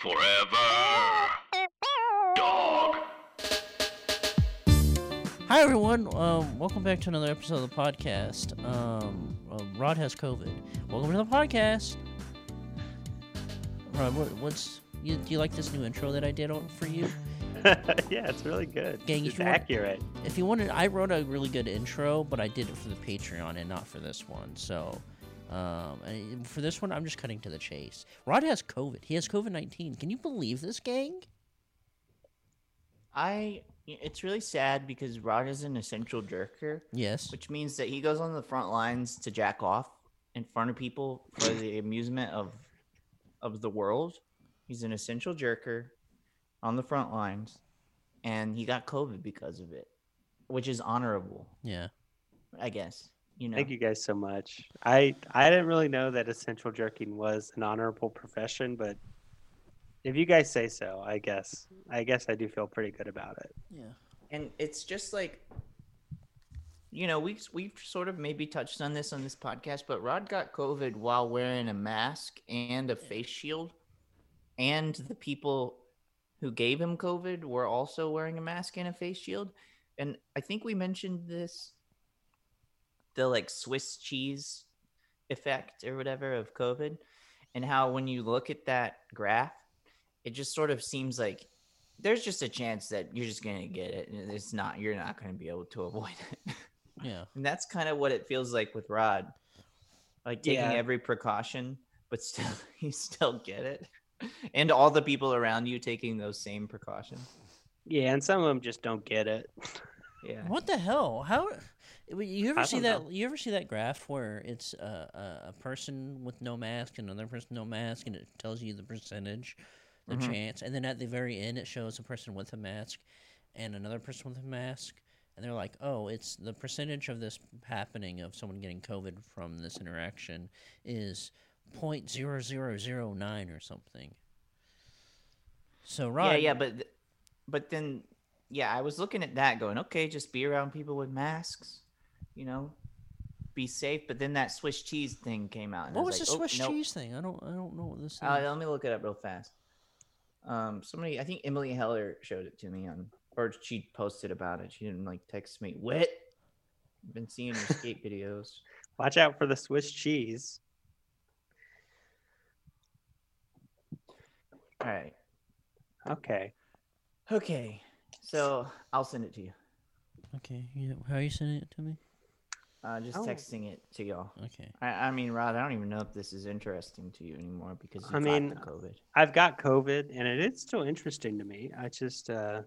Forever. Dog. Hi everyone, um, welcome back to another episode of the podcast. Um, uh, Rod has COVID. Welcome to the podcast. Rod, what, what's you, do you like this new intro that I did on, for you? yeah, it's really good. Gang, if it's you want- accurate. If you wanted, I wrote a really good intro, but I did it for the Patreon and not for this one. So, um, and for this one, I'm just cutting to the chase. Rod has COVID. He has COVID nineteen. Can you believe this, gang? I it's really sad because Rod is an essential jerker, Yes. which means that he goes on the front lines to jack off in front of people for the amusement of of the world. He's an essential jerker on the front lines and he got COVID because of it, which is honorable, Yeah. I guess. You know. Thank you guys so much. I I didn't really know that essential jerking was an honorable profession, but if you guys say so, I guess I guess I do feel pretty good about it. Yeah. And it's just like you know, we we've sort of maybe touched on this on this podcast, but Rod got COVID while wearing a mask and a face shield, and the people who gave him COVID were also wearing a mask and a face shield. And I think we mentioned this the like Swiss cheese effect or whatever of COVID, and how when you look at that graph, it just sort of seems like there's just a chance that you're just gonna get it, and it's not you're not gonna be able to avoid it. Yeah. and that's kind of what it feels like with Rod, like taking Yeah. every precaution, but still you still get it, and all the people around you taking those same precautions. Yeah, and some of them just don't get it. Yeah, What the hell? How? w- You ever I see don't that? know. You ever see that graph where it's a, a, a person with no mask and another person no mask, and it tells you the percentage, the Mhm. chance, and then at the very end it shows a person with a mask and another person with a mask, and they're like, "Oh, it's the percentage of this happening of someone getting COVID from this interaction is point zero zero zero nine or something." So Rod, yeah, yeah, but th- but then yeah, I was looking at that, going, okay, just be around people with masks, you know, be safe. But then that Swiss cheese thing came out. And I what was like, the oh, Swiss nope. cheese thing? I don't, I don't know what this. is. Uh, let me look it up real fast. Um, somebody, I think Emily Heller showed it to me on, or she posted about it. She didn't like text me. What? I've been seeing your skate videos. Watch out for the Swiss cheese. All right. Okay. Okay. So I'll send it to you. okay, yeah, how are you sending it to me? Uh, just Oh. texting it to y'all. Okay. I, I mean, Rod, I don't even know if this is interesting to you anymore because you I got mean, the COVID. I've got COVID and it is still interesting to me. I just uh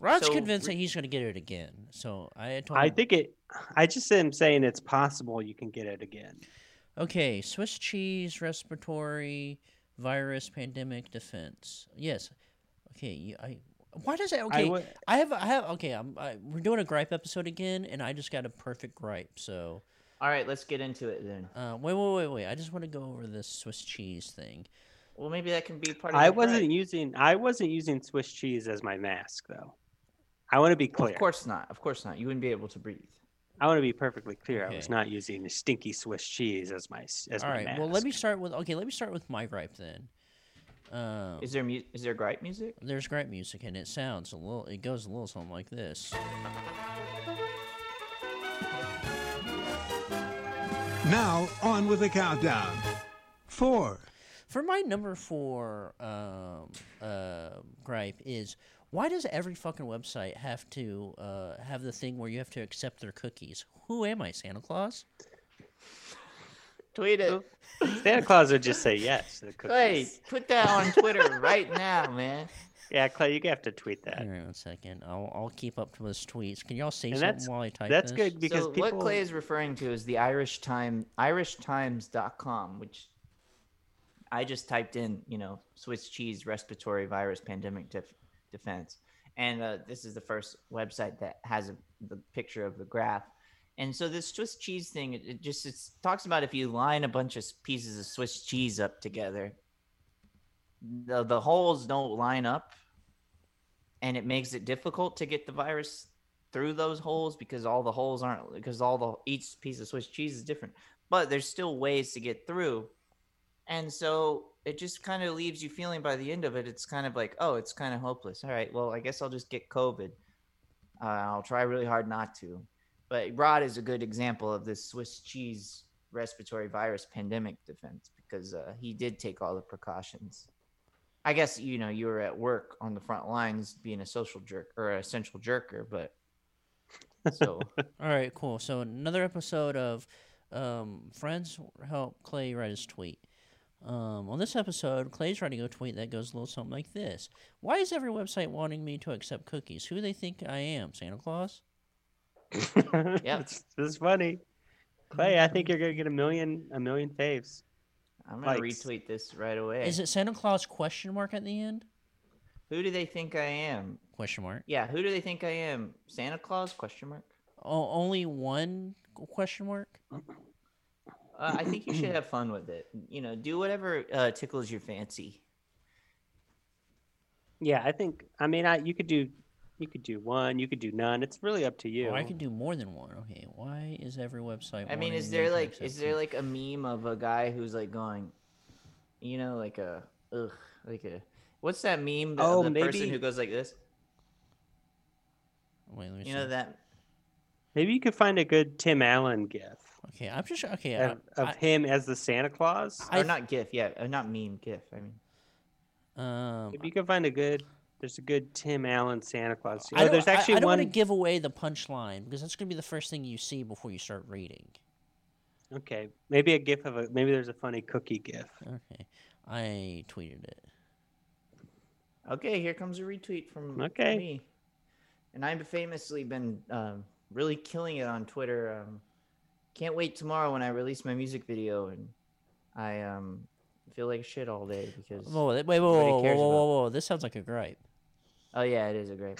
Rod's So, convinced re- that he's going to get it again. So I told I him, think it I just am saying it's possible you can get it again. okay, Swiss cheese, respiratory virus, pandemic defense. Yes. Okay. You, I. Why does that? Okay. I, would- have. I have. Okay. I'm. I, we're doing a gripe episode again, and I just got a perfect gripe. So, All right, let's get into it then. uh, wait, wait, wait, wait. I just want to go over this Swiss cheese thing. Well, maybe that can be part of I the wasn't gripe. using I wasn't using Swiss cheese as my mask though. I want to be clear. Of course not. Of course not. You wouldn't be able to breathe. I want to be perfectly clear. I was Okay. not using the stinky Swiss cheese as my s- as All my right. mask. Well, let me start with. Okay. Let me start with my gripe then. Um, Is there mu- is there gripe music? there's gripe music, and it sounds a little. It goes a little something like this. Now, on with the countdown. Four, For my number four um, uh, gripe is why does every fucking website have to uh, have the thing where you have to accept their cookies? Who am I, Santa Claus? Tweet it. Santa Claus would just say yes. to the cookies. Clay, put that on Twitter right now, man. Yeah, Clay, you have to tweet that. Hang on one second. I'll, I'll keep up to his tweets. Can y'all say And something that's while I type that's this? good because so people. what Clay is referring to is the Irish Time IrishTimes.com, which I just typed in, you know, Swiss cheese respiratory virus pandemic def- defense, and uh, this is the first website that has a, the picture of the graph. And so this Swiss cheese thing, it, it just it talks about if you line a bunch of pieces of Swiss cheese up together, the the holes don't line up, and it makes it difficult to get the virus through those holes because all the holes aren't because all the each piece of Swiss cheese is different. But there's still ways to get through. And so it just kind of leaves you feeling by the end of it, it's kind of like, oh, it's kind of hopeless. All right, well, I guess I'll just get COVID. Uh, I'll try really hard not to. But Rod is a good example of this Swiss cheese respiratory virus pandemic defense because uh, he did take all the precautions. I guess, you know, you were at work on the front lines being a social jerk or a central jerker, but so All right, cool. So another episode of um, Friends Help Clay Write His Tweet. Um, on this episode, Clay's writing a tweet that goes a little something like this Why is every website wanting me to accept cookies? Who do they think I am? Santa Claus? it's, it's funny. Clay, I think you're gonna get a million a million faves. I'm going to Likes. retweet this right away. Is it Santa Claus question mark at the end? who do they think I am? Question mark. Yeah, who do they think I am? Santa Claus? Question mark. Oh, only one question mark? Uh, I think you should have fun with it. You know, do whatever uh, tickles your fancy. Yeah, I think I mean I you could do you could do one, you could do none. It's really up to you. Or Oh, I can do more than one. Okay, why is every website? I mean, wanting is me there to like accept is there cookies? like a meme of a guy who's like going, you know, like a ugh, like a what's that meme? That, Oh, the person maybe- who goes like this. Wait, let me You know see. that? Maybe you could find a good Tim Allen gif Okay, I'm just okay. of, I, of him as the Santa Claus. I or th- not GIF? Yeah, uh, not meme GIF. I mean, I, um, Maybe you could find a good there's a good Tim Allen Santa Claus. I Oh, don't, there's I- actually I, don't one want to give away the punchline because that's going to be the first thing you see before you start reading. Okay. Maybe a gif of a maybe there's a funny cookie gif. Okay, I tweeted it. okay, here comes a retweet from Okay. me, and I've famously been um, really killing it on Twitter. Um, can't wait tomorrow when I release my music video, and I um, feel like shit all day because. Whoa, wait, wait, whoa, Nobody whoa, whoa, cares whoa, about- whoa, This sounds like a gripe. Oh yeah, it is a great.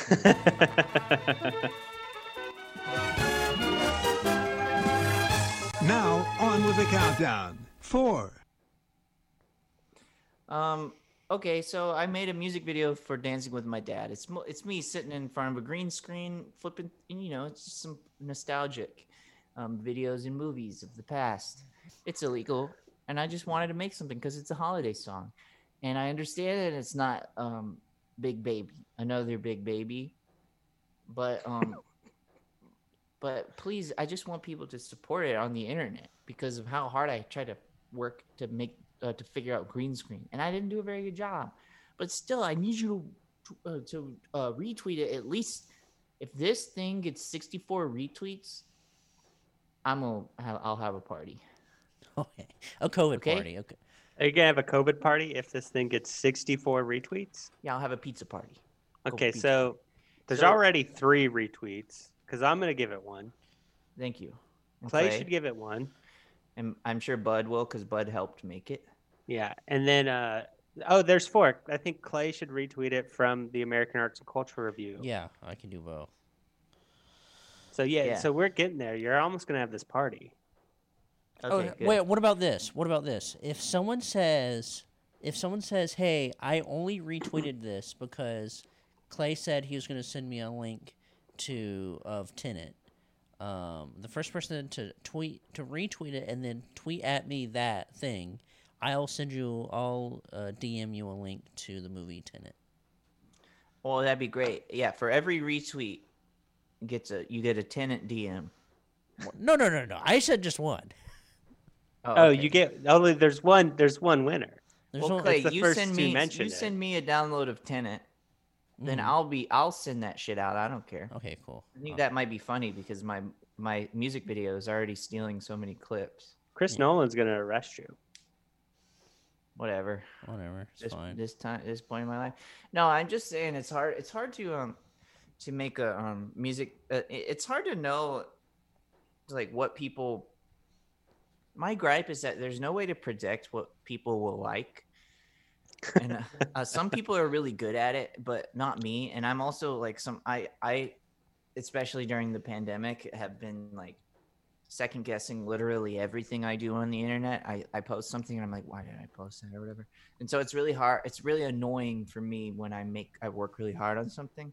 Now, on with the countdown. Four, um, okay, so I made a music video for Dancing with My Dad. It's mo- it's me sitting in front of a green screen, flipping. and, You know, it's just some nostalgic um, videos and movies of the past. It's illegal, and I just wanted to make something because it's a holiday song, and I understand that it's not um, Big Baby, another Big Baby, but um. But please, I just want people to support it on the internet because of how hard I try to work to make uh, to figure out green screen, and I didn't do a very good job. But still, I need you to uh, to uh, retweet it at least. If this thing gets 64 retweets, I'm gonna have, I'll have a party. Okay, a COVID Okay. party. Okay, Are you gonna have a COVID party if this thing gets sixty four retweets? Yeah, I'll have a pizza party. Go Okay, pizza. so there's So- already three retweets because I'm gonna give it one. thank you. And Clay should give it one. and I'm sure Bud will because Bud helped make it. Yeah, and then uh, oh, there's four. I think Clay should retweet it from the American Arts and Culture Review. yeah, I can do both. So yeah, Yeah. so we're getting there. You're almost gonna have this party. Okay, oh, good. wait, what about this? What about this? If someone says, if someone says, "Hey, I only retweeted this because Clay said he was going to send me a link to of Tenant," um, the first person to tweet to retweet it and then tweet at me that thing, I'll send you, I'll uh, DM you a link to the movie Tenant. Well, that'd be great. Yeah, for every retweet, gets a you get a tenant DM. No, no, no, no. I said just one. Oh, okay. you get only there's one. There's one winner. There's Well, only- Clay, It's the you first send to me mention you it. send me a download of Tenant, then Mhm. I'll be I'll send that shit out. I don't care. Okay, cool. I think that might be funny because my my music video is already stealing so many clips. Chris Nolan's gonna arrest you. Whatever. Whatever. It's This fine. this time this point in my life. No, I'm just saying it's hard. It's hard to um to make a um music. Uh, i- it's hard to know like what people my gripe is that there's no way to predict what people will like. And uh, uh, some people are really good at it, but not me. And I'm also like some I I especially during the pandemic have been like second guessing literally everything I do on the internet. I, I post something and I'm like, why did I post that or whatever? And so it's really hard. It's really annoying for me when I make, I work really hard on something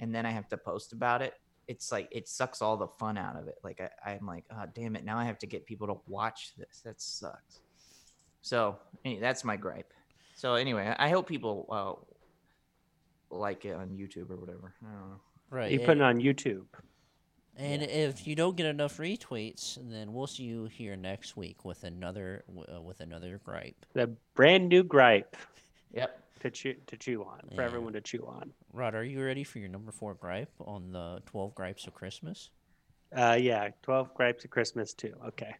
and then I have to post about it. It's like, it sucks all the fun out of it. Like, I, I'm like, oh, damn it. Now I have to get people to watch this. That sucks. So any, that's my gripe. So anyway, I hope people uh, like it on YouTube or whatever. I don't know. Right. You and- put it on YouTube. And if you don't get enough retweets, then we'll see you here next week with another w- uh, with another gripe. The brand new gripe Yep. to chew to chew on for Yeah. everyone to chew on. Rod, are you ready for your number four gripe on the twelve gripes of Christmas? Uh, yeah, twelve gripes of Christmas too. Okay.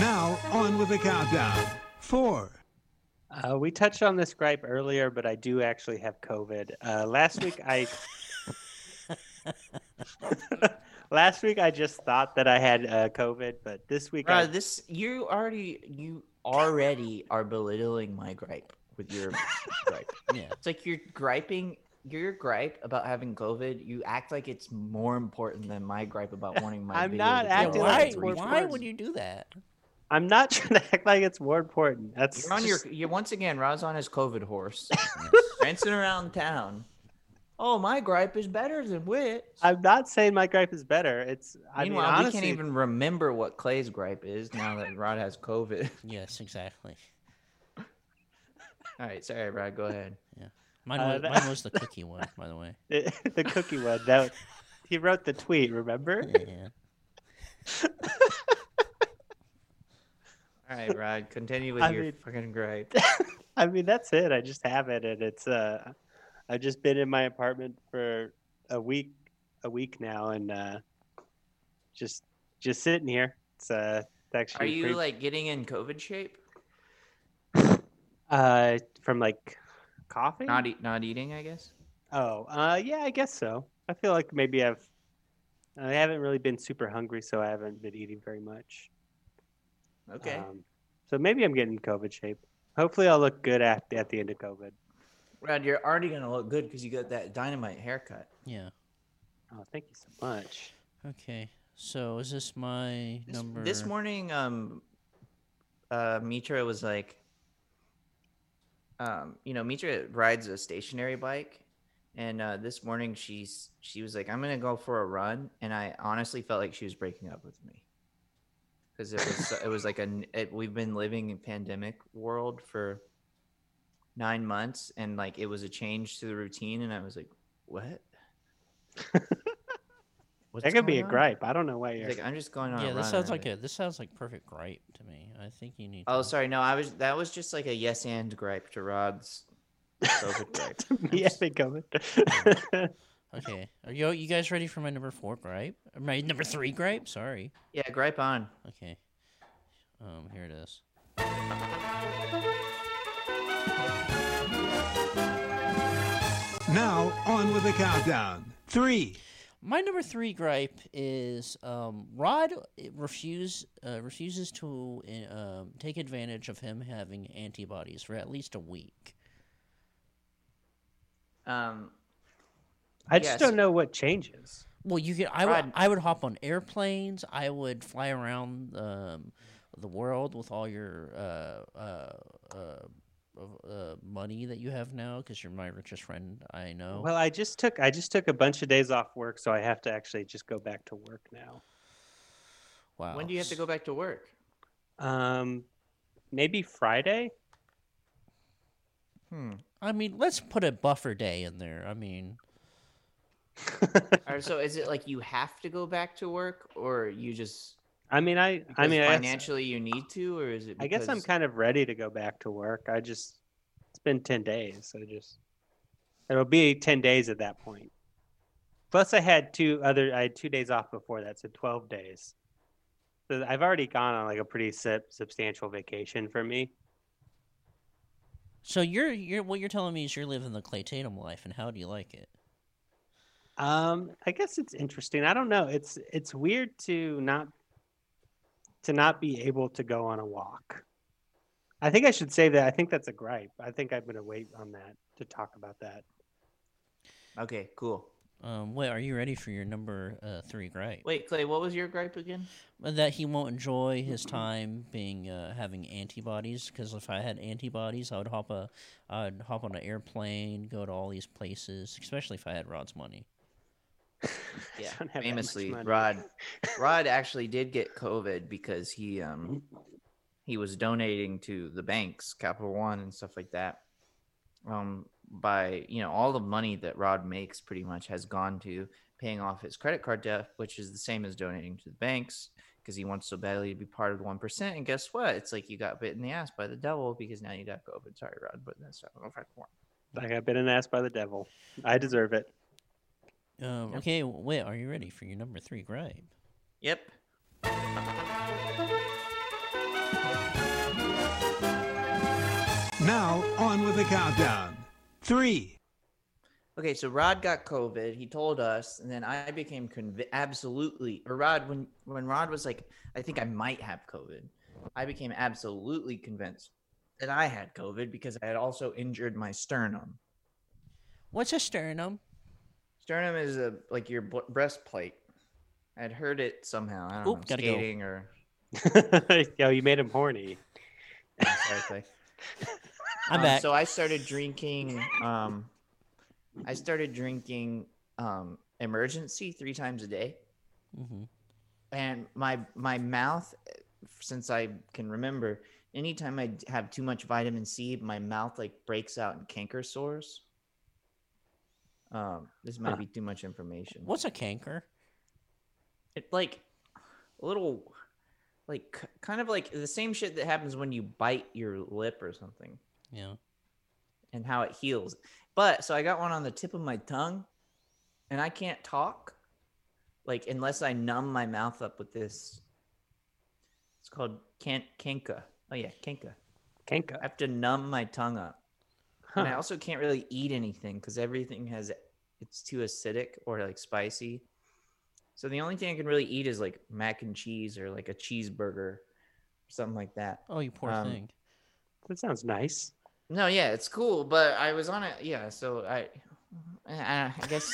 Now on with the countdown. Four, Uh, we touched on this gripe earlier, but I do actually have COVID. Uh, last week I. last week I just thought that I had uh, COVID, but this week Bro, I this you already you already are belittling my gripe with your gripe. Yeah. It's like you're griping your gripe about having COVID. You act like it's more important than my gripe about wanting my. I'm video not to be acting like on why it's the worth screen. why words. would you do that? I'm not trying to act like it's more important. That's You're on your just- you once again. Rod's on his COVID horse, prancing around town. Oh, my gripe is better than Wit. I'm not saying my gripe is better. It's I mean Meanwhile, we honestly, can't even remember what Clay's gripe is now that Rod has COVID. Yes, exactly. All right, sorry, Rod. Go ahead. Mine, Uh, was, that- mine was the cookie one, by the way. the, the cookie one. That he wrote the tweet. Remember? Yeah. All right, Rod, continue with I your mean- fucking gripe. I mean, that's it. I just have it, and it's uh, I've just been in my apartment for a week, a week now, and uh, just just sitting here. It's uh, it's Are actually you pretty- like getting in COVID shape? uh from like coughing? Not e eat, not eating, I guess. oh, uh, yeah, I guess so. I feel like maybe I've I haven't really been super hungry, so I haven't been eating very much. Okay. Um, so maybe I'm getting COVID shape. Hopefully, I'll look good at at the end of COVID. Rod, you're already gonna look good because you got that dynamite haircut. Yeah. Oh, thank you so much. Okay. So is this my This, number? this morning, um, uh, Mitra was like, um, you know, Mitra rides a stationary bike, and uh, this morning she's she was like, I'm gonna go for a run, and I honestly felt like she was breaking up with me because it was so- it was like a n- it, we've been living in pandemic world for nine months, and like it was a change to the routine, and I was like, what? What's that could be a going on?" gripe. I don't know why He's you're. Like I'm just going on. Yeah, a this run," sounds and like I- a this sounds like perfect gripe to me. I think you need. Oh, to- sorry. No, I was. That was just like a yes and gripe to Rod's COVID gripe. Yeah, they coming. All Okay. Are you you guys ready for my number four gripe? Or My number three gripe. Sorry. Yeah, gripe on. Okay. Um, here it is. now on with the countdown. Three, My number three gripe is um, Rod refuse uh, refuses to uh, um, take advantage of him having antibodies for at least a week. Um, I just Yes. don't know what changes. Well, you could. I Rod- would. I would hop on airplanes. I would fly around um, the world with all your uh, uh, uh, uh, money that you have now, because you're my richest friend. I know. Well, I just took I just took a bunch of days off work, so I have to actually just go back to work now. wow. when do you have to go back to work? Um, maybe Friday. Hmm. I mean, let's put a buffer day in there. I mean, Or so is it like you have to go back to work, or you just? I mean, I I because mean, I guess, financially you need to, or is it? I guess I'm because- kind of ready to go back to work. I just it's been ten days, so just it'll be ten days at that point. Plus, I had two other I had two days off before that, so twelve days. So I've already gone on like a pretty sub substantial vacation for me. so you're you're what you're telling me is you're living the Clay Tatum life, and how do you like it? Um, I guess it's interesting. I don't know. It's it's weird to not to not be able to go on a walk. I think I should say that. I think that's a gripe. I think I'm going to wait on that to talk about that. Okay, cool. Um, wait, are you ready for your number uh, three gripe? Uh, Wait, Clay, what was your gripe again? That he won't enjoy his time being uh, having antibodies. Because if I had antibodies, I would hop a, I'd hop on an airplane, go to all these places. Especially if I had Rod's money. Yeah, don't have that much famously, money. Rod, Rod actually did get COVID because he um he was donating to the banks, Capital One and stuff like that. Um, by you know all the money that Rod makes pretty much has gone to paying off his credit card debt, which is the same as donating to the banks because he wants so badly to be part of one percent. And guess what? It's like you got bit in the ass by the devil because now you got COVID. Sorry, Rod, but that's not a fact one. I got bitten in the ass by the devil. I deserve it. Um, Okay, w- wait, are you ready for your number three gripe? Yep. Now, on with the countdown. Three, Okay, so Rod got COVID. He told us, and then I became conv- absolutely. Or Rod, when when Rod was like, "I think I might have COVID," I became absolutely convinced that I had COVID because I had also injured my sternum. What's a sternum? Sternum is a like your b- breastplate. I'd heard it somehow. I don't Oop, know, gotta go. skating or Yo, you made him horny. I'm sorry, Clay. I'm Um, back. So I started drinking. Um, I started drinking um, emergency three times a day. hmm and my my mouth since i can remember anytime i d- have too much vitamin c my mouth like breaks out in canker sores um this might Huh. be too much information What's a canker? it like a little like k- kind of like the same shit that happens when you bite your lip or something Yeah. and how it heals but so i got one on the tip of my tongue and i can't talk like unless i numb my mouth up with this it's called can- kenka oh yeah kenka Kanka. i have to numb my tongue up and i Huh. also can't really eat anything because everything has it's too acidic or like spicy so the only thing i can really eat is like mac and cheese or like a cheeseburger something like that Oh, you poor Um, thing. That sounds nice. No, yeah, it's cool, but I was on it. Yeah, so I, I, I guess.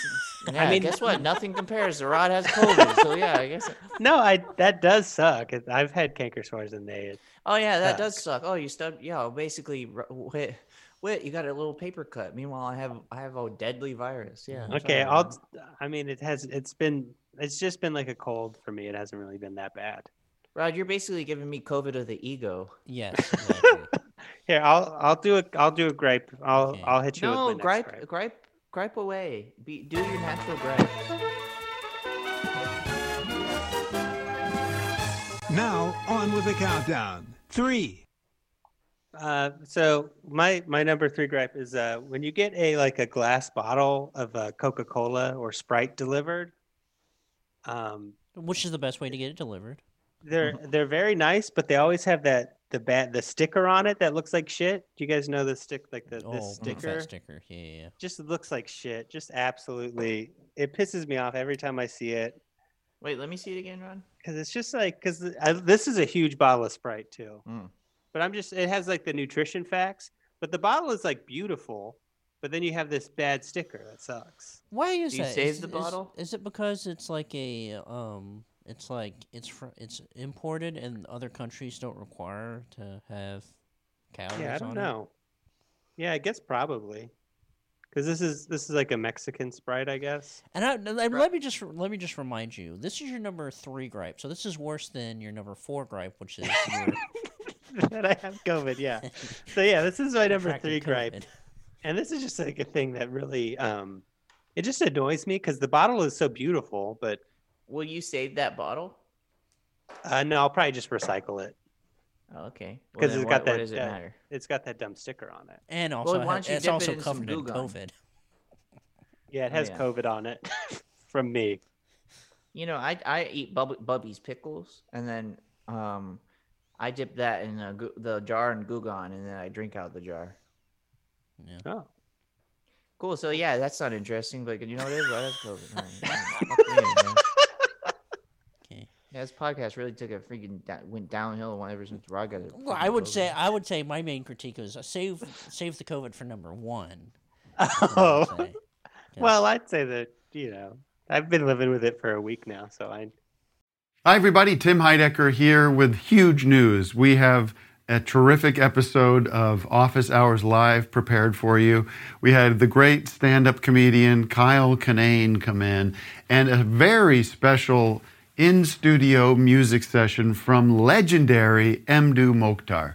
Yeah, mean- guess what? Nothing compares. to Rod has COVID, so yeah, I guess. No, I that does suck. It- I've had canker sores and they Oh yeah, that does suck. Oh, you stubbed. Yeah, well, basically, Ro- wait, wait, you got a little paper cut. Meanwhile, I have I have a deadly virus. Yeah. I'm Okay, sorry, I'll Rod. I mean it has it's been it's just been like a cold for me. It hasn't really been that bad. Rod, you're basically giving me COVID of the ego. Yes. Exactly. Here, I'll I'll do a I'll do a gripe. I'll Okay. I'll hit you no, with my next gripe, gripe. gripe, gripe, away. Be, do your natural gripes. now, on with the countdown. Three, Uh, so my my number three gripe is uh when you get a like a glass bottle of uh, Coca Cola or Sprite delivered, um, Which is the best way to get it delivered? they're they're very nice, but they always have that the bat the sticker on it that looks like shit. Do you guys know the stick like the oh, this big sticker? fat sticker. Yeah, yeah, yeah. Just looks like shit. Just absolutely, it pisses me off every time I see it Wait, let me see it again, Rod. because it's just like because this is a huge bottle of Sprite too. Mm. But I'm just it has like the nutrition facts, but the bottle is like beautiful, but then you have this bad sticker that sucks. Why is Do you that? save Is- the is- bottle? Is, it because it's like a um? It's like it's fr- it's imported and other countries don't require to have calories. Yeah, I don't on know. Yeah, I guess probably because this is this is like a Mexican Sprite, I guess. It. And I, and let- let me just let me just remind you, this is your number three gripe. So this is worse than your number four gripe, which is your that I have COVID. Yeah. So yeah, this is my number contracted three gripe. COVID. and this is just like a thing that really um it just annoys me because the bottle is so beautiful but Will you save that bottle? uh no i'll probably just recycle it Oh, okay. Well, 'Cause then it's why- got What that- uh, does it that- matter? it's got that dumb sticker on it And also, why ha- don't you it's dip it also in some covered Blue in Gum? COVID. yeah it Oh, has yeah. covid on it from me You know, I I eat Bub- Bubby's pickles, and then um, I dip that in a, gu- the jar in Gugon, and then I drink out the jar. Yeah. oh Cool. So yeah, that's not interesting, but you know what it is? Well, that's COVID. All right, all right. Fuck me, man. Okay. Yeah, this podcast really took a freaking da- went downhill ever since Rod got it. Well, I would say I would say my main critique is uh, save save the COVID for number one. is what I would Oh, say. 'Cause- well, I'd say that you know I've been living with it for a week now, so I Hi, everybody. Tim Heidecker here with huge news. We have a terrific episode of Office Hours Live prepared for you. We had the great stand up comedian Kyle Kinane come in and a very special in studio music session from legendary Mdu Mokhtar.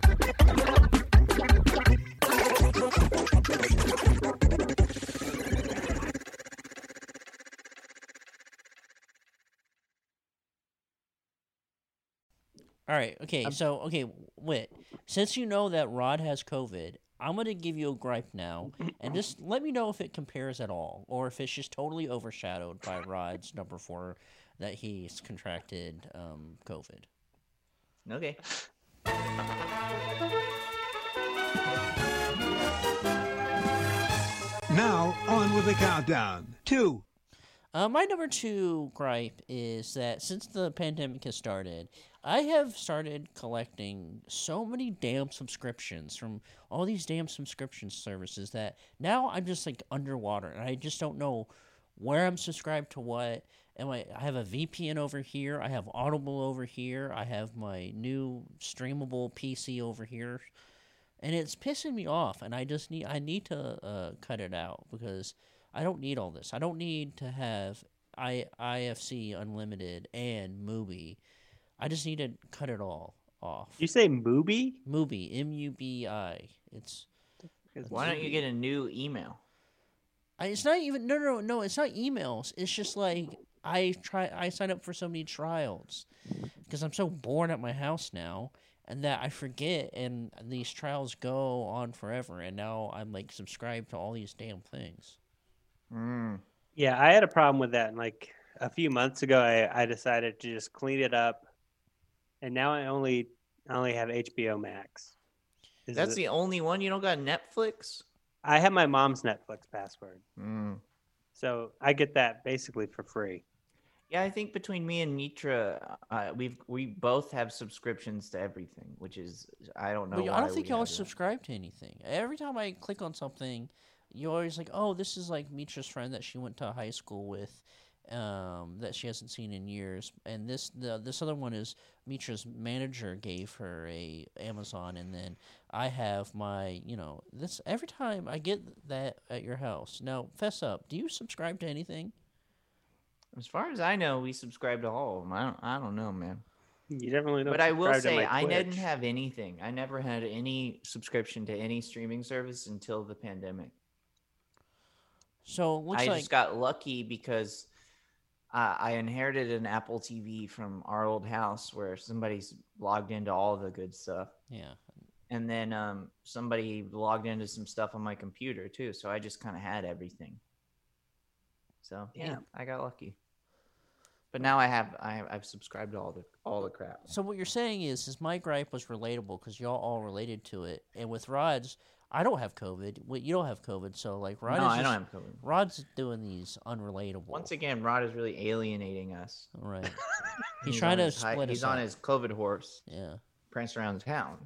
All right. Okay. so okay, wait. Since you know that Rod has COVID, I'm gonna give you a gripe now, and just let me know if it compares at all, or if it's just totally overshadowed by Rod's number four that he's contracted um, COVID. Okay. Now, on with the countdown. Two, Uh, my number two gripe is that since the pandemic has started, I have started collecting so many damn subscriptions from all these damn subscription services that now I'm just like underwater and I just don't know where I'm subscribed to what. Am I? I have a VPN over here. I have Audible over here. I have my new streamable PC over here and it's pissing me off and i just need i need to uh, cut it out because i don't need all this i don't need to have I, ifc unlimited and mubi i just need to cut it all off you say Mubi? mubi m-u-b-i it's Why don't you get a new email? I, it's not even no no no it's not emails it's just like i try i sign up for so many trials because i'm so bored at my house now and that i forget and these trials go on forever and now i'm like subscribed to all these damn things Mm. Yeah, I had a problem with that. And like a few months ago, I, I decided to just clean it up, and now I only I only have HBO Max. Is That's it- the only one you don't got Netflix. I have my mom's Netflix password, Mm. so I get that basically for free. Yeah, I think between me and Nitra, uh, we've we both have subscriptions to everything, which is I don't know. but i why don't think we y'all have that. subscribe to anything every time i click on something you're always like oh this is like mitra's friend that she went to high school with um, that she hasn't seen in years and this the, this other one is mitra's manager gave her a amazon and then i have my you know this every time i get that at your house now fess up do you subscribe to anything As far as I know, we subscribe to all of them. I don't, I don't know, man. You definitely don't. But I will subscribe to say, my I didn't Twitch. have anything. I never had any subscription to any streaming service until the pandemic. so it looks I like just got lucky because uh, I inherited an Apple TV from our old house where somebody's logged into all the good stuff. yeah And then um, somebody logged into some stuff on my computer too. So I just kind of had everything. So yeah, Damn. I got lucky. But now I have I have, I've subscribed to all the all the crap. So what you're saying is, is my gripe was relatable because y'all all related to it, and with Rod's, I don't have COVID. Well, you don't have COVID, so like Rod no, is I just- don't have COVID. Rod's doing these unrelatable. Once again, Rod is really alienating us. right? He's trying on to his hi- split He's us on up. his COVID horse, Yeah. prancing around town.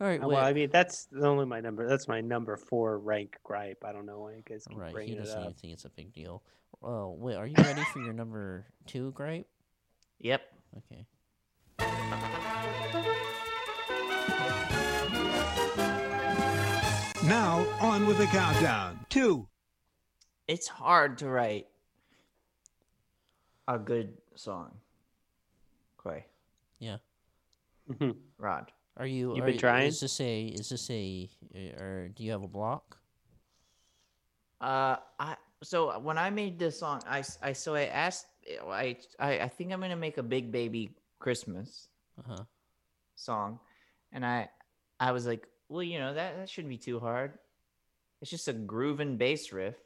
All right. Oh, Wait. Well, I mean, that's only my number. That's my number four rank gripe. I don't know why you guys keep right. He bringing it doesn't up. even think it's a big deal. Oh wait, are you ready for your number two gripe? Yep. Okay. now, on with the countdown. Two, It's hard to write a good song. Clay, Yeah. Mhm. Rod. Are you? You've are been you- trying? Is this a? Is this a? uh, Or do you have a block? Uh, I so when I made this song, I s- I- so I asked, I I, I think I'm gonna make a big baby Christmas Uh huh. song, and I I was like, well, you know that that shouldn't be too hard. It's just a grooving bass riff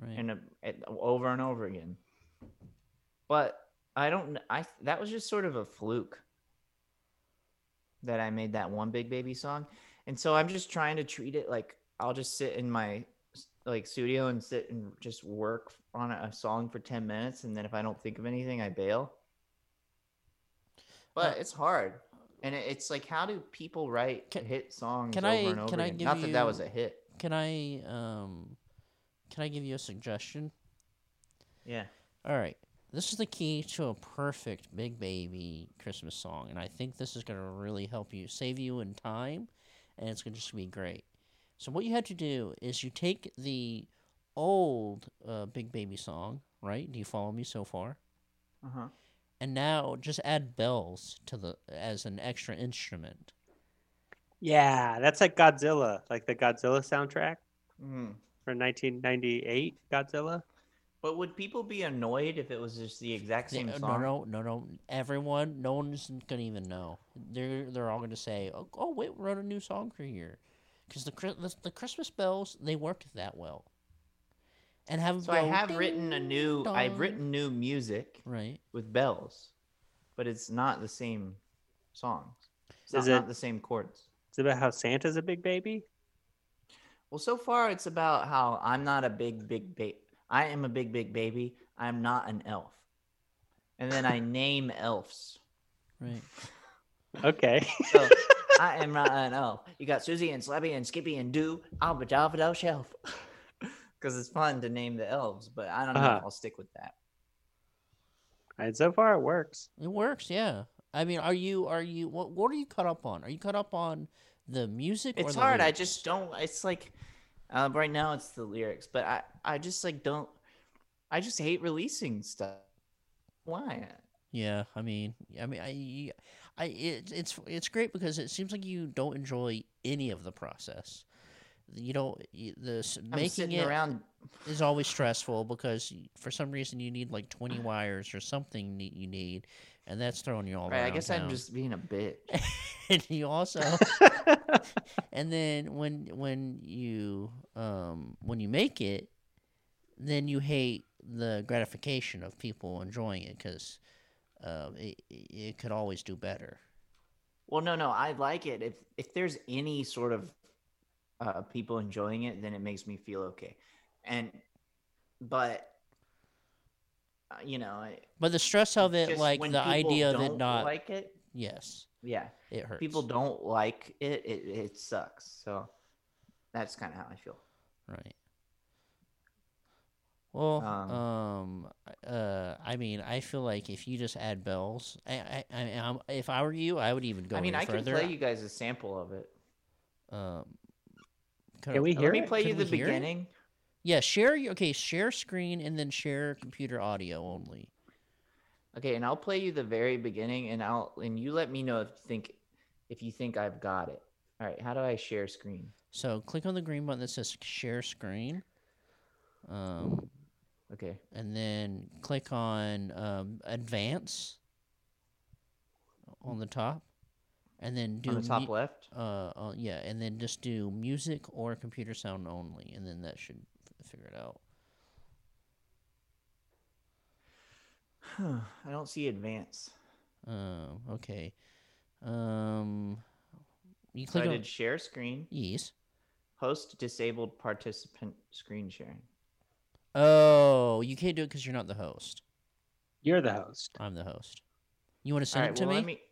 Right. and a, and over and over again. But I don't. kn- I that was just sort of a fluke that I made that one big baby song, and so I'm just trying to treat it like I'll just sit in my s- like studio and sit and just work on a song for ten minutes, and then if I don't think of anything, I bail. But it's hard, and it, it's like, how do people write Can- hit songs can over I- and over can I again? give Not that that was you- a hit. Can I um can I give you a suggestion? Yeah. All right. This is the key to a perfect Big Baby Christmas song, and I think this is going to really help you save you in time, and it's going to just be great. So what you have to do is you take the old uh, Big Baby song, right? Do you follow me so far? Uh huh. And now just add bells to the as an extra instrument. Yeah, that's like Godzilla, like the Godzilla soundtrack Mm. for 1998 Godzilla. But would people be annoyed if it was just the exact Yeah, same uh, song? No, no, no, no. Everyone, no one's gonna even know. They're they're all gonna say, "Oh, oh wait, we wrote a new song for here," because the, Chri- the the Christmas bells they worked that well, and have So I go have written a ding new. I've dong. written new music right. with bells, but it's not the same songs. It's Is not, not it- the same chords. It's about how Santa's a big baby. Well, so far it's about how I'm not a big big baby. I am a big big baby. I'm not an elf. And then I name elves. Right. Okay. So I am not an elf. You got Susie and Slappy and Skippy and Doo. I'm a Davido shelf. Because it's fun to name the elves, but I don't know. Uh-huh. I'll stick with that. and so far it works. It works, yeah. I mean, are you are you what what are you caught up on? Are you caught up on the music? or It's the hard. I lyrics? just don't. It's like uh, right now it's the lyrics, but I I just like don't. I just hate releasing stuff. Why? Yeah, I mean, I mean, I, I, it, it's it's great because it seems like you don't enjoy any of the process. You don't y- the s- I'm making sitting it is around. always stressful because y- for some reason you need like twenty wires or something ne- you need, and that's throwing you all Right. I around guess I'm town. just being a bitch. and you also and then when when you um when you make it then you hate the gratification of people enjoying it because um it, it- it could always do better Well, no, no, I like it. If if there's any sort of uh, people enjoying it, then it makes me feel okay. And but uh, you know, I- but the stress of it just like when the people idea of it don't not like it. yes Yeah, it hurts people don't like it. It it sucks. So that's kind of how I feel. Right. Well, Um, um, uh, I mean, I feel like if you just add bells, I, I, I I'm, if I were you, I would even go. I mean, even I could further. play you guys a sample of it. Um, could- Can we uh, Hear Let me it? play you Can the we hear it? beginning. Yeah, share. your- Okay, share screen and then share computer audio only. Okay, and I'll play you the very beginning, and I'll and you let me know if you think if you think I've got it. All right, how do I share screen? So click on the green button that says share screen. Um, Okay. and then click on um, advance on the top, and then do on the top mu- left. uh, uh yeah and then just do music or computer sound only and then that should f- figure it out I don't see advance. um okay um you So click I on did share screen, yes host disabled participant screen sharing. oh you can't do it because you're not the host You're the host. i'm the host you want to All send right, it to well, me? let me.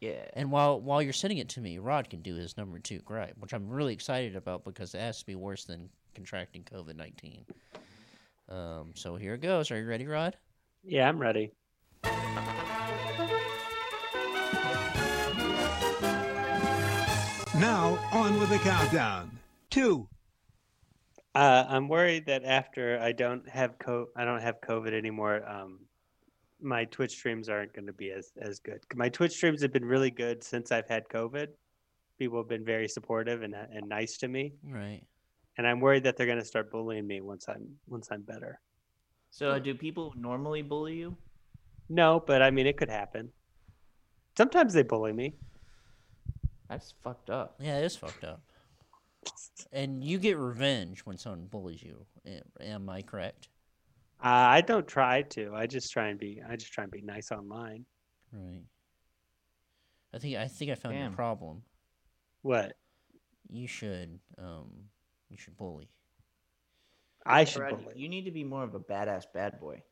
Yeah. and while while you're sending it to me rod can do his number two gripe which i'm really excited about because it has to be worse than contracting covid-19 um so here it goes are you ready rod Yeah, I'm ready. Now, on with the countdown. Two, Uh, I'm worried that after I don't have co- I don't have COVID anymore. Um, my Twitch streams aren't going to be as as good. My Twitch streams have been really good since I've had COVID. People have been very supportive and uh, and nice to me, right and I'm worried that they're going to start bullying me once I'm once I'm better. So do people normally bully you? No, but I mean it could happen. Sometimes they bully me. That's fucked up. yeah it's fucked up And you get revenge when someone bullies you. Am- Am I correct? Uh, I don't try to. I just try and be. I just try and be nice online. Right. I think I think I found your Damn. problem. What You should um you should bully. I should Brad, bully. you need to be more of a badass bad boy.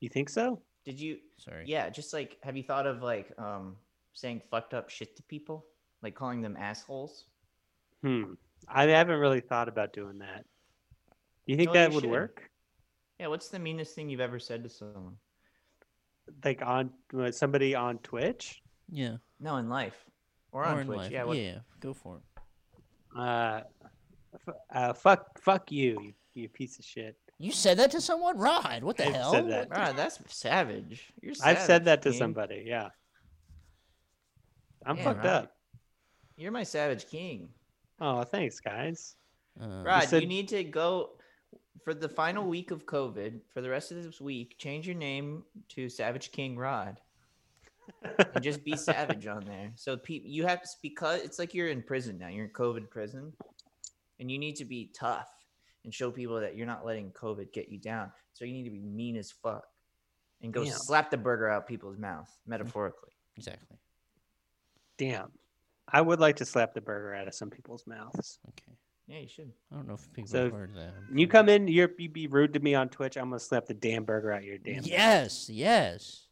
You think so? Did you? Sorry. Yeah, just like, have you thought of like um saying fucked up shit to people, like calling them assholes? Hmm. I haven't really thought about doing that. Do you think No, that you would should. work? Yeah, what's the meanest thing you've ever said to someone? Like on uh, somebody on Twitch? Yeah. No, in life or, Or on in Twitch. life. Yeah, what, go for it. Uh, f- uh, fuck, fuck you, you, you piece of shit. You said that to someone, Rod. What the I've hell? said that. Bruh, that's savage. You're I've said savage, that to King. somebody. Yeah. I'm Yeah, fucked right. up. You're my savage king. Oh, thanks, guys. Uh, Rod, said- you need to go for the final week of COVID. For the rest of this week, change your name to Savage King Rod, and just be savage on there. So pe- you have to because it's like you're in prison now. You're in COVID prison, and you need to be tough and show people that you're not letting COVID get you down. So you need to be mean as fuck and go Yeah. slap the burger out people's mouth metaphorically. Exactly. Damn. I would like to slap the burger out of some people's mouths. Okay. Yeah, you should. I don't know if people So have heard that. You come in, you're, you be rude to me on Twitch. I'm gonna slap the damn burger out of your damn. mouth. Yes, yes.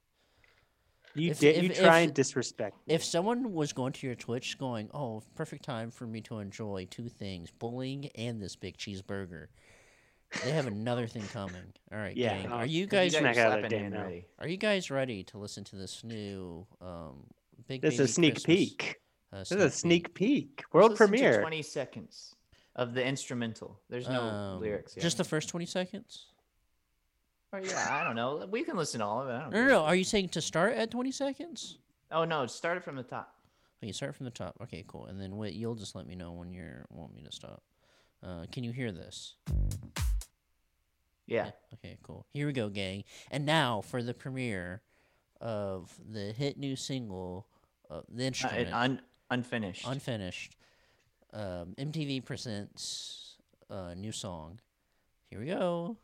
You If- did. if- you if- try and disrespect. me. If someone was going to your Twitch going, oh, perfect time for me to enjoy two things bullying and this big cheeseburger, they have another thing coming. All right, Yeah, Uh, gang. I'll- Are you You got guys your smack out of slapping their hand damn mouth. ready. are you guys ready to listen to this new um, Big this is a Baby sneak Christmas- peek. uh, This is a sneak peek. World Just listen to premiere. 20 seconds of the instrumental. There's no Um, lyrics. Yeah. Just the first 20 seconds? Or, yeah, I don't know. We can listen to all of it. I don't No, no, care. no. Are you saying to start at 20 seconds? Oh no, start it from the top. Okay, start from the top. Okay, cool. And then wait, you'll just let me know when you want me to stop. Uh, can you hear this? Yeah. Uh, Okay, cool. Here we go, gang. And now for the premiere of the hit new single, uh, the Uh, it- instrument un- unfinished. unfinished. Um, MTV presents uh, a new song. Here we go.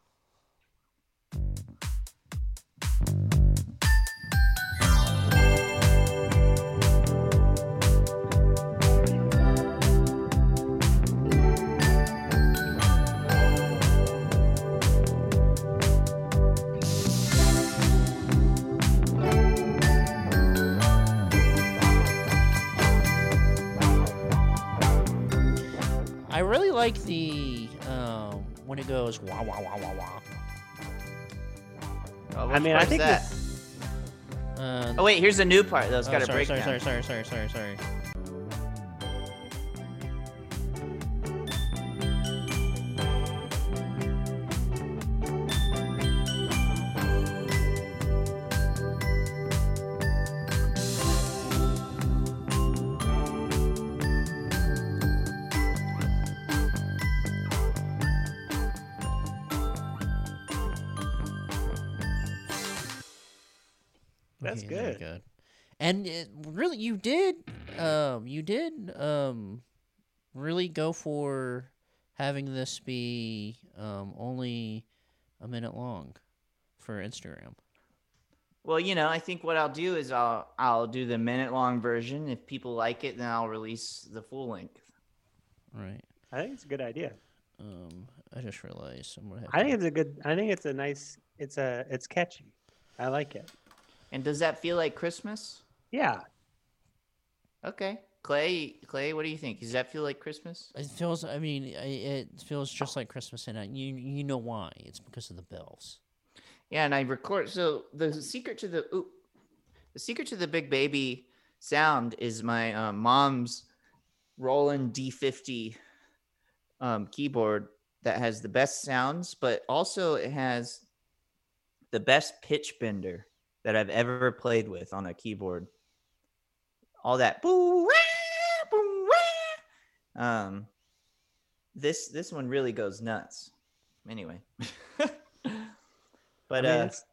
I really like the um, when it goes wah wah wah wah wah. Oh, I which mean, I part's think that. this. Uh, Oh wait, here's a new part that's oh, got a sorry, break. sorry, sorry, sorry, sorry, sorry, sorry. That's Okay, very good. And it, really, you did, um, you did, um, really go for having this be um, only a minute long for Instagram. Well, you know, I think what I'll do is I'll I'll do the minute long version. If people like it, then I'll release the full length. Right. I think it's a good idea. Um, I just realized I'm gonna have I think to- it's a good. I think it's a nice. It's a. It's catchy. I like it. And does that feel like Christmas? Yeah. Okay, Clay, Clay, what do you think? Does that feel like Christmas? It feels. I mean, I- it feels just like Christmas, and I, you you know why? It's because of the bells. Yeah, and I record. So the secret to the ooh, the secret to the big baby sound is my uh, mom's Roland D50 um, keyboard that has the best sounds, but also it has the best pitch bender that I've ever played with on a keyboard. All that boo wah, boo wah. Um, this this one really goes nuts. Anyway. I But mean, uh, it's-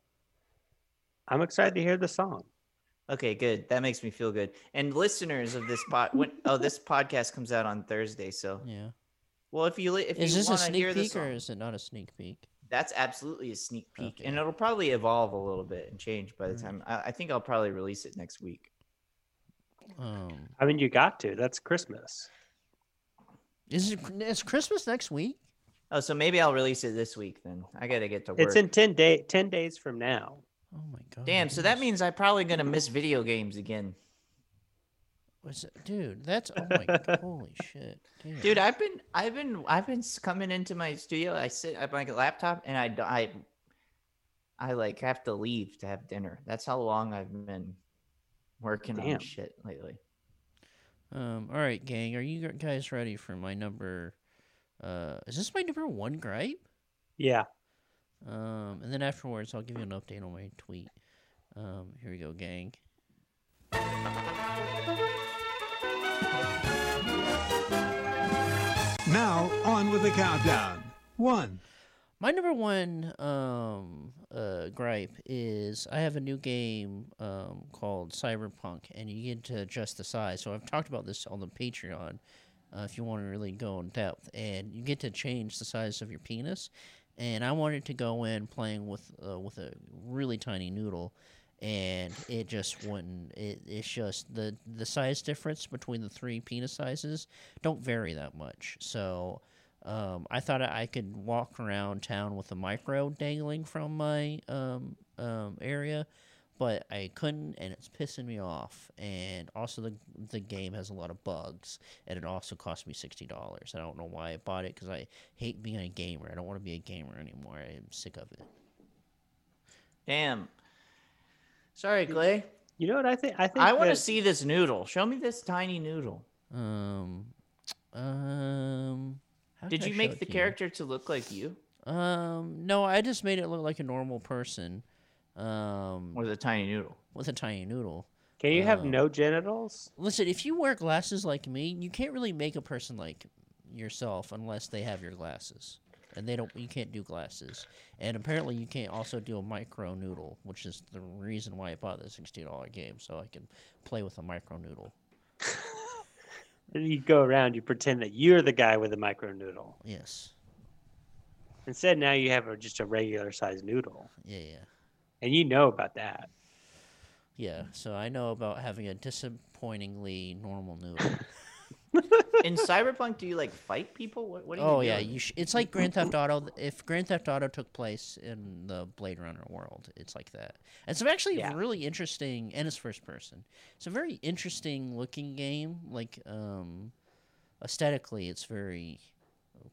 I'm excited to hear the song. Okay, good. That makes me feel good. And listeners of this pod, when, oh, this podcast comes out on Thursday, so Yeah. Well, if you li- if Is you this a want to sneak hear the peek or song, is it not a sneak peek? that's absolutely a sneak peek, Okay. Mm. and it'll probably evolve a little bit and change by the time. I, I think I'll probably release it next week. Um, I mean, you got to. That's Christmas. is it? It's Christmas next week. Oh, so maybe I'll release it this week then. I gotta get to work. It's in 10 day 10 days from now. Oh my god! Damn, so that goodness. means I'm probably gonna miss video games again. Was it- dude, that's oh my god, holy shit, damn. Dude, I've been, I've been, I've been s- coming into my studio. I sit at my laptop and I, d- I, I, like have to leave to have dinner. That's how long I've been working Damn. on shit lately. Um, all right, gang, are you g- guys ready for my number? Uh, is this my number one gripe? Yeah. Um, and then afterwards, I'll give you an update on my tweet. Um, here we go, gang. Now, on with the countdown. One, My number one um uh gripe is I have a new game um called Cyberpunk and you get to adjust the size. So I've talked about this on the Patreon uh, if you want to really go in depth and you get to change the size of your penis and I wanted to go in playing with uh, with a really tiny noodle and it just wouldn't it, it's just the the size difference between the three penis sizes don't vary that much. So um, I thought I could walk around town with a micro dangling from my um, um, area, but I couldn't, and it's pissing me off. And also, the the game has a lot of bugs, and it also cost me sixty dollars. I don't know why I bought it because I hate being a gamer. I don't want to be a gamer anymore. I'm sick of it. Damn. Sorry, Clay. You know what I think? I think I want to that- see this noodle. Show me this tiny noodle. Um, um. how Did can I you show make it the to character to look like you Um, no, I just made it look like a normal person. Um, or the tiny noodle? with a tiny noodle. Can you have no genitals? Listen, if you wear glasses like me, you can't really make a person like yourself unless they have your glasses. And they don't you can't do glasses. And apparently you can't also do a micro noodle, which is the reason why I bought the sixty dollar game, so I can play with a micro noodle. And You go around, you pretend that you're the guy with the micro noodle. Yes. Instead, now you have a, just a regular sized noodle, Yeah, yeah. and you know about that. Yeah. So I know about having a disappointingly normal noodle. In Cyberpunk, do you like fight people? What, what do you oh yeah, doing? you sh- it's like Grand Theft Auto. If Grand Theft Auto took place in the Blade Runner world, it's like that. It's actually Yeah. really interesting, and it's first person. It's a very interesting looking game. Like um, aesthetically, it's very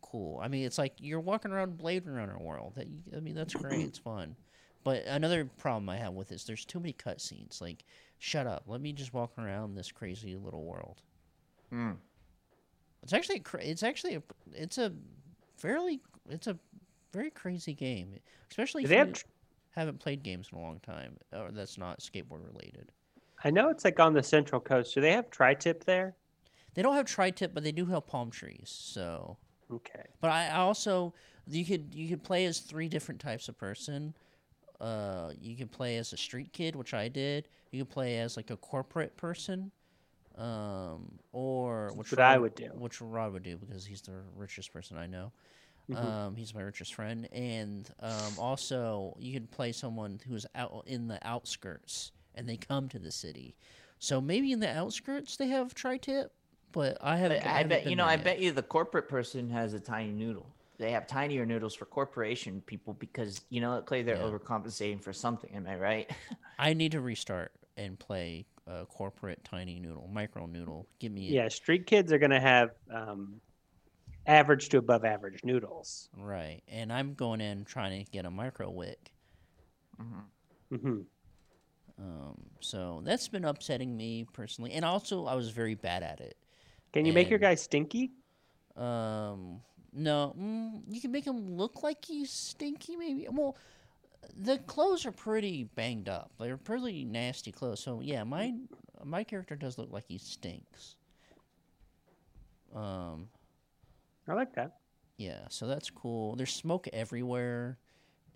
cool. I mean, it's like you're walking around Blade Runner world. That you, I mean, that's great. it's fun. But another problem I have with is there's too many cutscenes. Like, shut up. Let me just walk around this crazy little world. Hmm. It's actually a cra- it's actually a it's a fairly it's a very crazy game, especially Do if they you have? tr- haven't played games in a long time or that's not skateboard related. I know it's like on the Central Coast. Do they have tri-tip there? They don't have tri-tip, but they do have palm trees. So, Okay. but I I also you could you could play as three different types of person. Uh, you could play as a street kid, which I did. You could play as like a corporate person, um, or which what I Rod- would do. Which Rod would do because he's the richest person I know. Mm-hmm. Um, he's my richest friend, and um, also you can play someone who's out in the outskirts, and they come to the city. So maybe in the outskirts they have tri-tip, but I haven't. But I haven't bet you been know. there I yet. bet you the corporate person has a tiny noodle. They have tinier noodles for corporation people because you know, Clay, they're Yeah. overcompensating for something. Am I right? I need to restart and play uh, corporate tiny noodle, micro noodle. Give me Yeah, street kids are gonna have um, average to above average noodles. right. And I'm going in trying to get a micro wick. hmm Um, so that's been upsetting me personally, and also I was very bad at it. Can you make your And- guy stinky? Um, no, mm, you can make him look like he's stinky, maybe. Well, the clothes are pretty banged up. They're pretty nasty clothes. So yeah, my my character does look like he stinks. Um, I like that. yeah, so that's cool. There's smoke everywhere,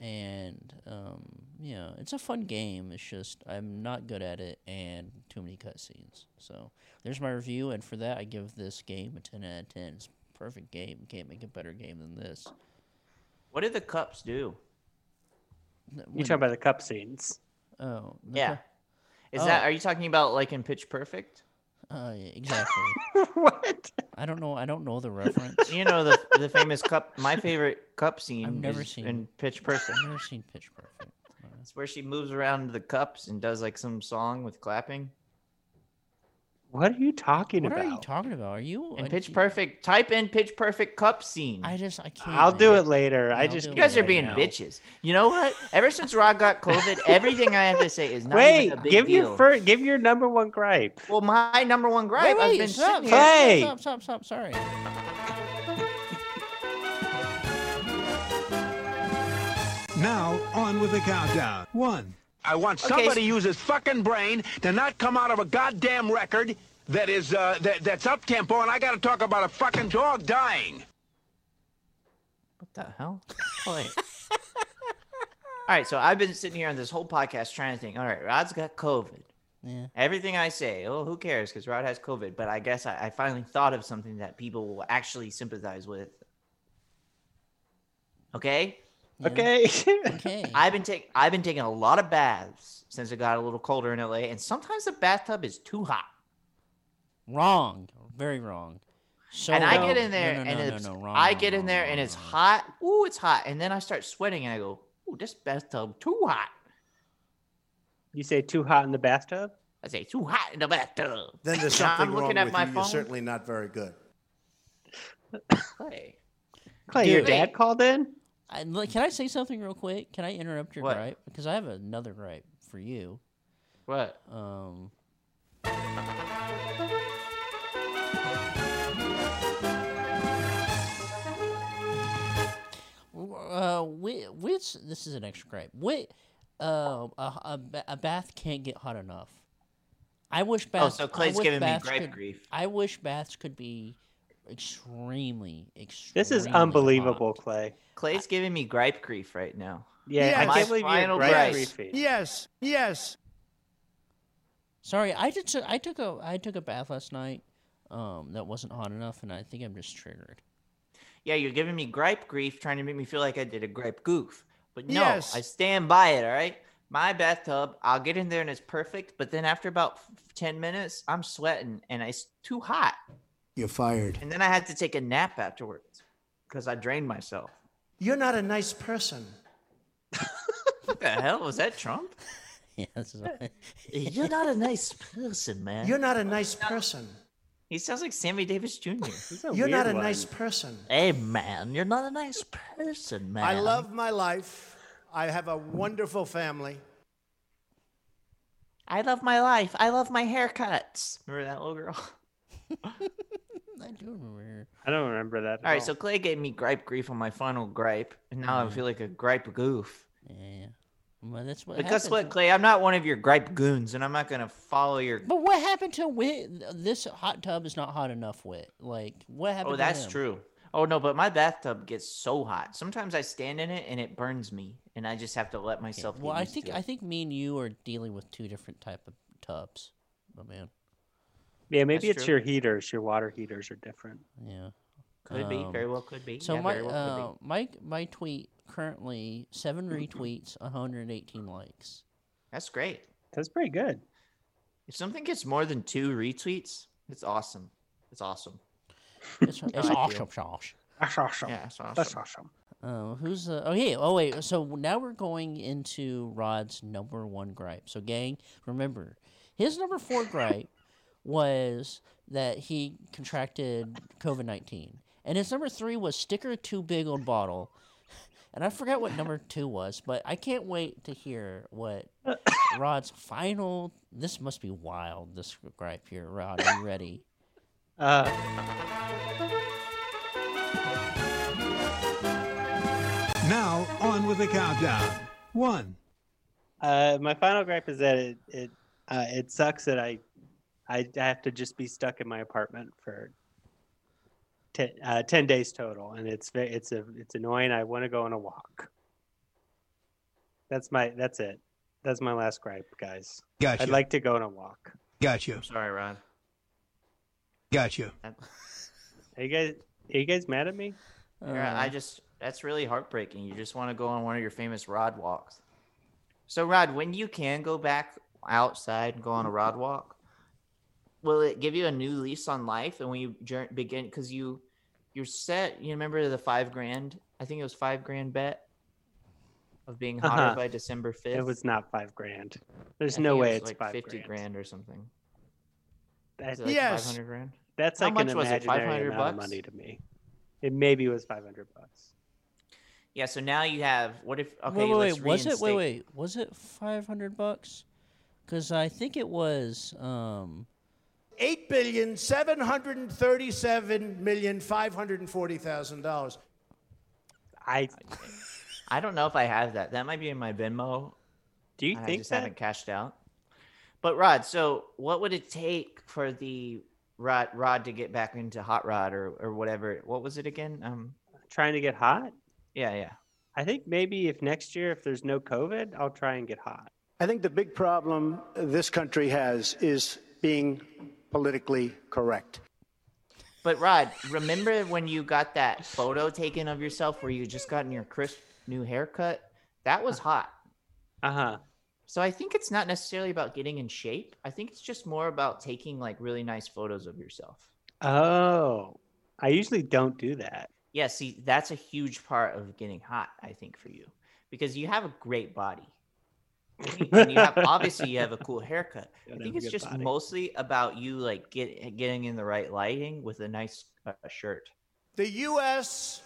and um, yeah, it's a fun game. It's just I'm not good at it, and too many cutscenes. So there's my review, and for that I give this game a ten out of ten. It's perfect game. Can't make a better game than this. What do the cups do? You talking about the cup scenes? Oh the Yeah. cu- Is Oh. that are you talking about like in Pitch Perfect? Uh, yeah, exactly. what? I don't know. I don't know the reference. You know the the famous cup. My favorite cup scene never is seen in Pitch Perfect. I've never seen Pitch Perfect. It's where she moves around the cups and does like some song with clapping. What are you talking What about? are you talking about? Are you And a- Pitch Perfect, type in Pitch Perfect cup scene. I just I can't. I'll do man. it later. I I'll just do you it guys are right being now. bitches. You know what? Ever since Rod got COVID, everything I have to say is not wait. even a big Give deal. your fir- give your number one gripe. Well, my number one gripe. Wait, wait, I've been stop, sitting here. Hey! stop, stop, stop, stop, Sorry. Now, on with the countdown. One, I want Okay, somebody to use his fucking brain to not come out of a goddamn record that is uh, that, that's up tempo, and I got to talk about a fucking dog dying. What the hell? Wait. All right, so I've been sitting here on this whole podcast trying to think. All right, Rod's got COVID. Yeah. Everything I say, oh, who cares? Because Rod has COVID. But I guess I, I finally thought of something that people will actually sympathize with. Okay, yeah, Okay. Okay. I've been taking I've been taking a lot of baths since it got a little colder in LA, and sometimes the bathtub is too hot. wrong. Very wrong. So and I wrong. get in there, No, no, and no, no, it's, no, wrong, I wrong, get in wrong, there, wrong, and it's wrong. hot. Ooh, it's hot. And then I start sweating, and I go, "Ooh, this bathtub too hot." you say too hot in the bathtub? I say, "Too hot in the bathtub." Then there's Now something I'm wrong looking at with my you. phone. You're certainly not very good. Hey, Clay, your Dude. dad called in. I, look, can I say something real quick? Can I interrupt your What? gripe? Because I have another gripe for you. What? Oh, Um, uh, w- uh, whi- which this is an extra gripe. Whi uh, a, a, ba- a bath can't get hot enough. I wish baths. Oh, so I Clay's wish giving me baths gripe could- grief. I wish baths could be extremely, extremely. This is hot. unbelievable, Clay. Clay's giving me gripe grief right now. Yeah, Yes. I My can't believe final you're gripe. griefing. Yes, yes. Sorry, I did. so- I took a I took a bath last night. Um, that wasn't hot enough, and I think I'm just triggered. Yeah, you're giving me gripe grief, trying to make me feel like I did a gripe goof. But no, Yes. I stand by it. All right, my bathtub. I'll get in there and it's perfect. But then after about f- ten minutes, I'm sweating and it's too hot. You're fired. And then I had to take a nap afterwards because I drained myself. You're not a nice person. What the hell was that, Trump? Yeah, this is. You're not a nice person, man. You're not a nice person. He sounds like Sammy Davis Jr. This is You're not a weird one. nice person. hey, man, you're not a nice person, man. I love my life. I have a wonderful family. I love my life. I love my haircuts. Remember that little girl? I do remember. her. I don't remember that. at All right, all. so Clay gave me gripe grief on my final gripe, and now Mm-hmm. I feel like a gripe goof. Yeah, well, that's what. Because happens what, when- Clay? I'm not one of your gripe goons, and I'm not gonna follow your. But what happened to Wit? This hot tub is not hot enough. Wit, like what happened? to Oh, that's him? true. Oh no, but my bathtub gets so hot. Sometimes I stand in it and it burns me, and I just have to let Okay, myself. Well, get I used think to it. I think me and you are dealing with two different type of tubs. My man. yeah, maybe that's it's true. your heaters. Your water heaters are different. Yeah. could be um, very well could be. So yeah, my very well could uh, my my tweet currently seven retweets, 118 likes. be. That's great. That's pretty good. If something gets more than two retweets, it's awesome. It's awesome. It's, it's awesome, Josh. That's awesome. Yeah, it's awesome. That's awesome. Uh, who's the? Oh yeah. Oh wait. So now we're going into Rod's number one gripe. So gang, remember, his number four gripe was that he contracted COVID nineteen, and his number three was sticker too big on bottle, and I forgot what number two was, but I can't wait to hear what Rod's final. This must be wild. This gripe here, Rod. Are you ready? Uh, now, on with the countdown. One, uh, my final gripe is that it it uh, it sucks that I, I I have to just be stuck in my apartment for. Ten, uh, 10 days total and it's ve- it's a it's annoying i want to go on a walk that's my that's it that's my last gripe guys Gotcha. i'd like to go on a walk Gotcha. I'm sorry, Ron. Gotcha. That- Are you guys Are you guys mad at me? Yeah, Uh. I just that's really heartbreaking. You just want to go on one of your famous rod walks. So Rod, when you can go back outside and go on a rod walk, will it give you a new lease on life? And when you jour- begin, because you you're set. You remember the five grand? I think it was five grand bet of being hotter Uh-huh. by December fifth. It was not five grand. There's no way it's like five fifty grand. or something. That- Is it like Yes. five hundred grand? That's How like an much was it, imaginary 500 amount of bucks? money to me. It maybe was five hundred bucks. Yeah. So now you have what if? Okay, wait, wait, let's wait. Was it? Wait, reinstate- wait. Was it five hundred bucks? Because I think it was. Um, Eight billion seven hundred and thirty-seven million five hundred and forty thousand dollars. I I don't know if I have that. That might be in my Venmo. do you and I think just that haven't cashed out. But Rod, so what would it take for the Rod Rod to get back into hot rod or or whatever? What was it again? Um, trying to get hot? yeah, yeah. I think maybe if next year, if there's no COVID, I'll try and get hot. I think the big problem this country has is being politically correct. But Rod, remember when you got that photo taken of yourself where you just gotten your crisp new haircut? That was hot. Uh Uh-huh. huh. So I think it's not necessarily about getting in shape. I think it's just more about taking like really nice photos of yourself. Oh, I usually don't do that. Yeah, see, that's a huge part of getting hot, I think, for you because you have a great body. And you- and you have, obviously, you have a cool haircut. Yeah, I they think have a it's good just body. mostly about you like get, getting in the right lighting with a nice uh, shirt. The U.S.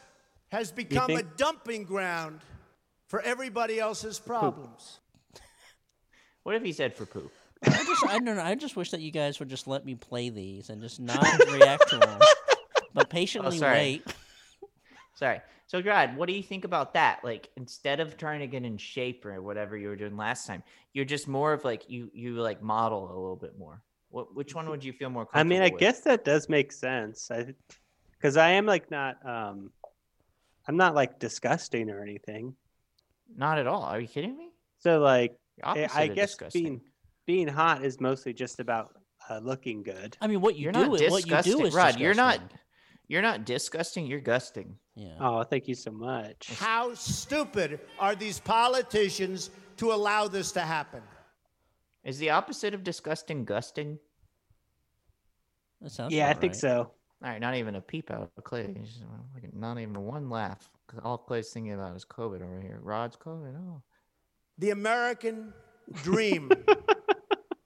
has become a think- dumping ground for everybody else's problems. What have you said for poop? I just, I don't know. I just wish that you guys would just let me play these and just not react to them, but patiently Oh, sorry. wait. Sorry. So, Grad, what do you think about that? Like, instead of trying to get in shape or whatever you were doing last time, you're just more of like you you like model a little bit more. What which one would you feel more? Mm-hmm. I Comfortable mean, I with? guess that does make sense. I because I am like not um, I'm not like disgusting or anything. not at all. Are you kidding me? So like You're I- opposite I of guess disgusting. being being hot is mostly just about uh, looking good. I mean, what you you're do, not is, what you disgusting. do is Rod, you're not disgusting. you're not disgusting, you're gusting. Yeah. Oh, thank you so much. How stupid are these politicians to allow this to happen? Is the opposite of disgusting gusting? That sounds yeah, I about think right. so. All right, not even a peep out of Clay. He's just, well, like, Not even one laugh. 'cause all Clay's thinking about is COVID over here. Rod's COVID. Oh, The American dream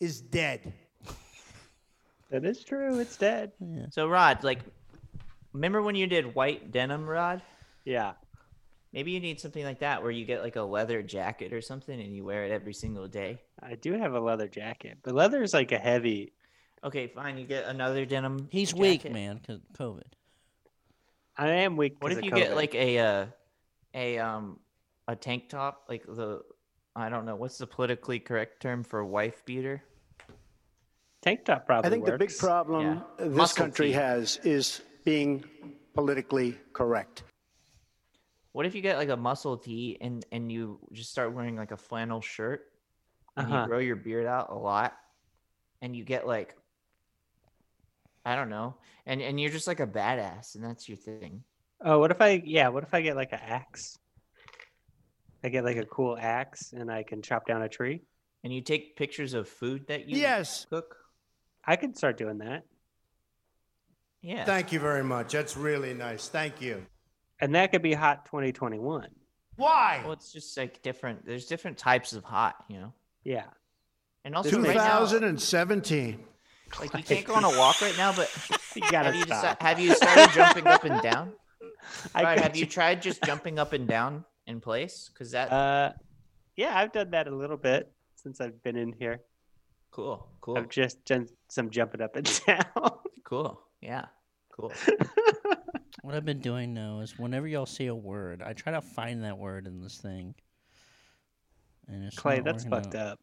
is dead. That is true. It's dead. so Rod, like, remember when you did white denim, Rod? Yeah. Maybe you need something like that, where you get like a leather jacket or something, and you wear it every single day. I do have a leather jacket, but leather is like a heavy. Okay, fine. You get another denim. He's weak, jacket. man, 'cause COVID. I am weak. What 'cause if of you get COVID. like a uh, a um a tank top, like the I don't know what's the politically correct term for wife beater? tank top? Probably. I think the big works. problem Yeah. this Muscle country feet. has is being politically correct. What if you get like a muscle tee and and you just start wearing like a flannel shirt and Uh-huh. you grow your beard out a lot and you get like I don't know and and you're just like a badass and that's your thing. Oh, what if I? Yeah, what if I get like an axe? I get like a cool axe, and I can chop down a tree. And you take pictures of food that you Yes. cook. I could start doing that, Yeah. Thank you very much. That's really nice. Thank you. and that could be hot 2021. Why? well, it's just like different. There's different types of hot, you know. Yeah. And also, right now, 2017. Like you can't go on a walk right now, but You gotta have you, uh, stop. deci- have you started jumping up and down? I Right, got have you tried just jumping up and down in place? Because that Uh, yeah, I've done that a little bit since I've been in here. cool, cool, I've just done some jumping up and down. cool. Yeah, cool. What I've been doing now is whenever y'all see a word, I try to find that word in this thing. And it's Clay, not that's working fucked out.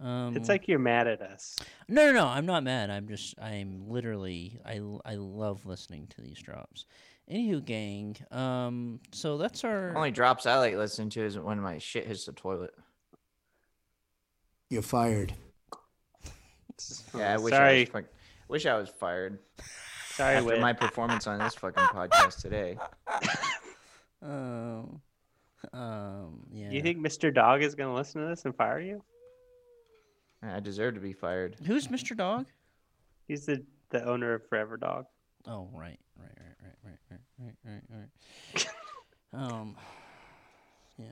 up. Um, It's like you're mad at us. no, no, no. I'm not mad. I'm just I'm literally I l- I love listening to these drops. Anywho, gang. Um, so that's our. Only drops I like listening to is when my shit hits the toilet. You're fired. Yeah, I wish I Sorry. was, fuck- wish I was fired. Sorry, after Whit. my performance on this fucking podcast today. Um, um, yeah. You think Mr. Dog is going to listen to this and fire you? I deserve to be fired. Who's Mr. Dog? He's the, the owner of Forever Dog. Oh, right, right, right, right, right, right, right, right, right. um, yeah.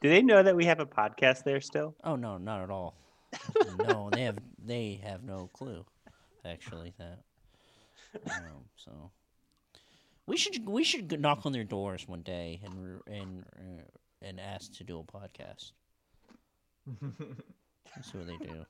Do they know that we have a podcast there still? Oh no, not at all. no, they have they have no clue. Actually, that. Um, so. We should we should go knock on their doors one day and r- and uh, and ask to do a podcast. Let's see what they do.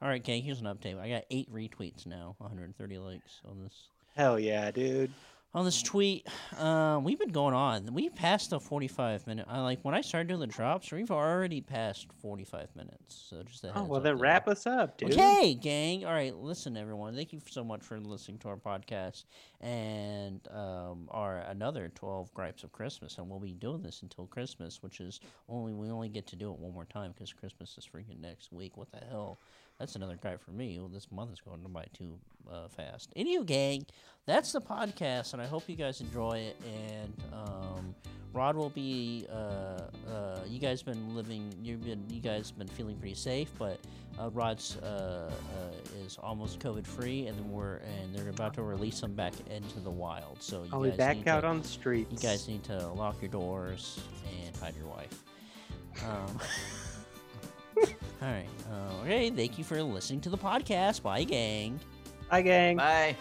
All right, gang. Here's an update. I got eight retweets now, 130 likes on this Hell yeah, dude. on this tweet. Uh, we've been going on. We passed the 45 minute. I like when I started doing the drops. We've already passed 45 minutes. So just a Oh, heads well, up then there. wrap us up, dude. Okay, gang. All right, listen, everyone. Thank you so much for listening to our podcast and um, our another twelve gripes of Christmas. And we'll be doing this until Christmas, which is only we only get to do it one more time because Christmas is freaking next week. What the hell? That's another gripe for me. Well, this month is going by too uh, fast. Anywho, gang, that's the podcast, and I hope you guys enjoy it. And um, Rod will be. Uh, uh, you guys been living. You've been. You guys been feeling pretty safe, but uh, Rod's uh, uh, is almost COVID free, and then we're and they're about to release him back into the wild. So you I'll guys be back need out to, on the streets. You guys need to lock your doors and hide your wife. Um, all right. Uh, okay. Thank you for listening to the podcast. Bye, gang. Bye, gang. Bye.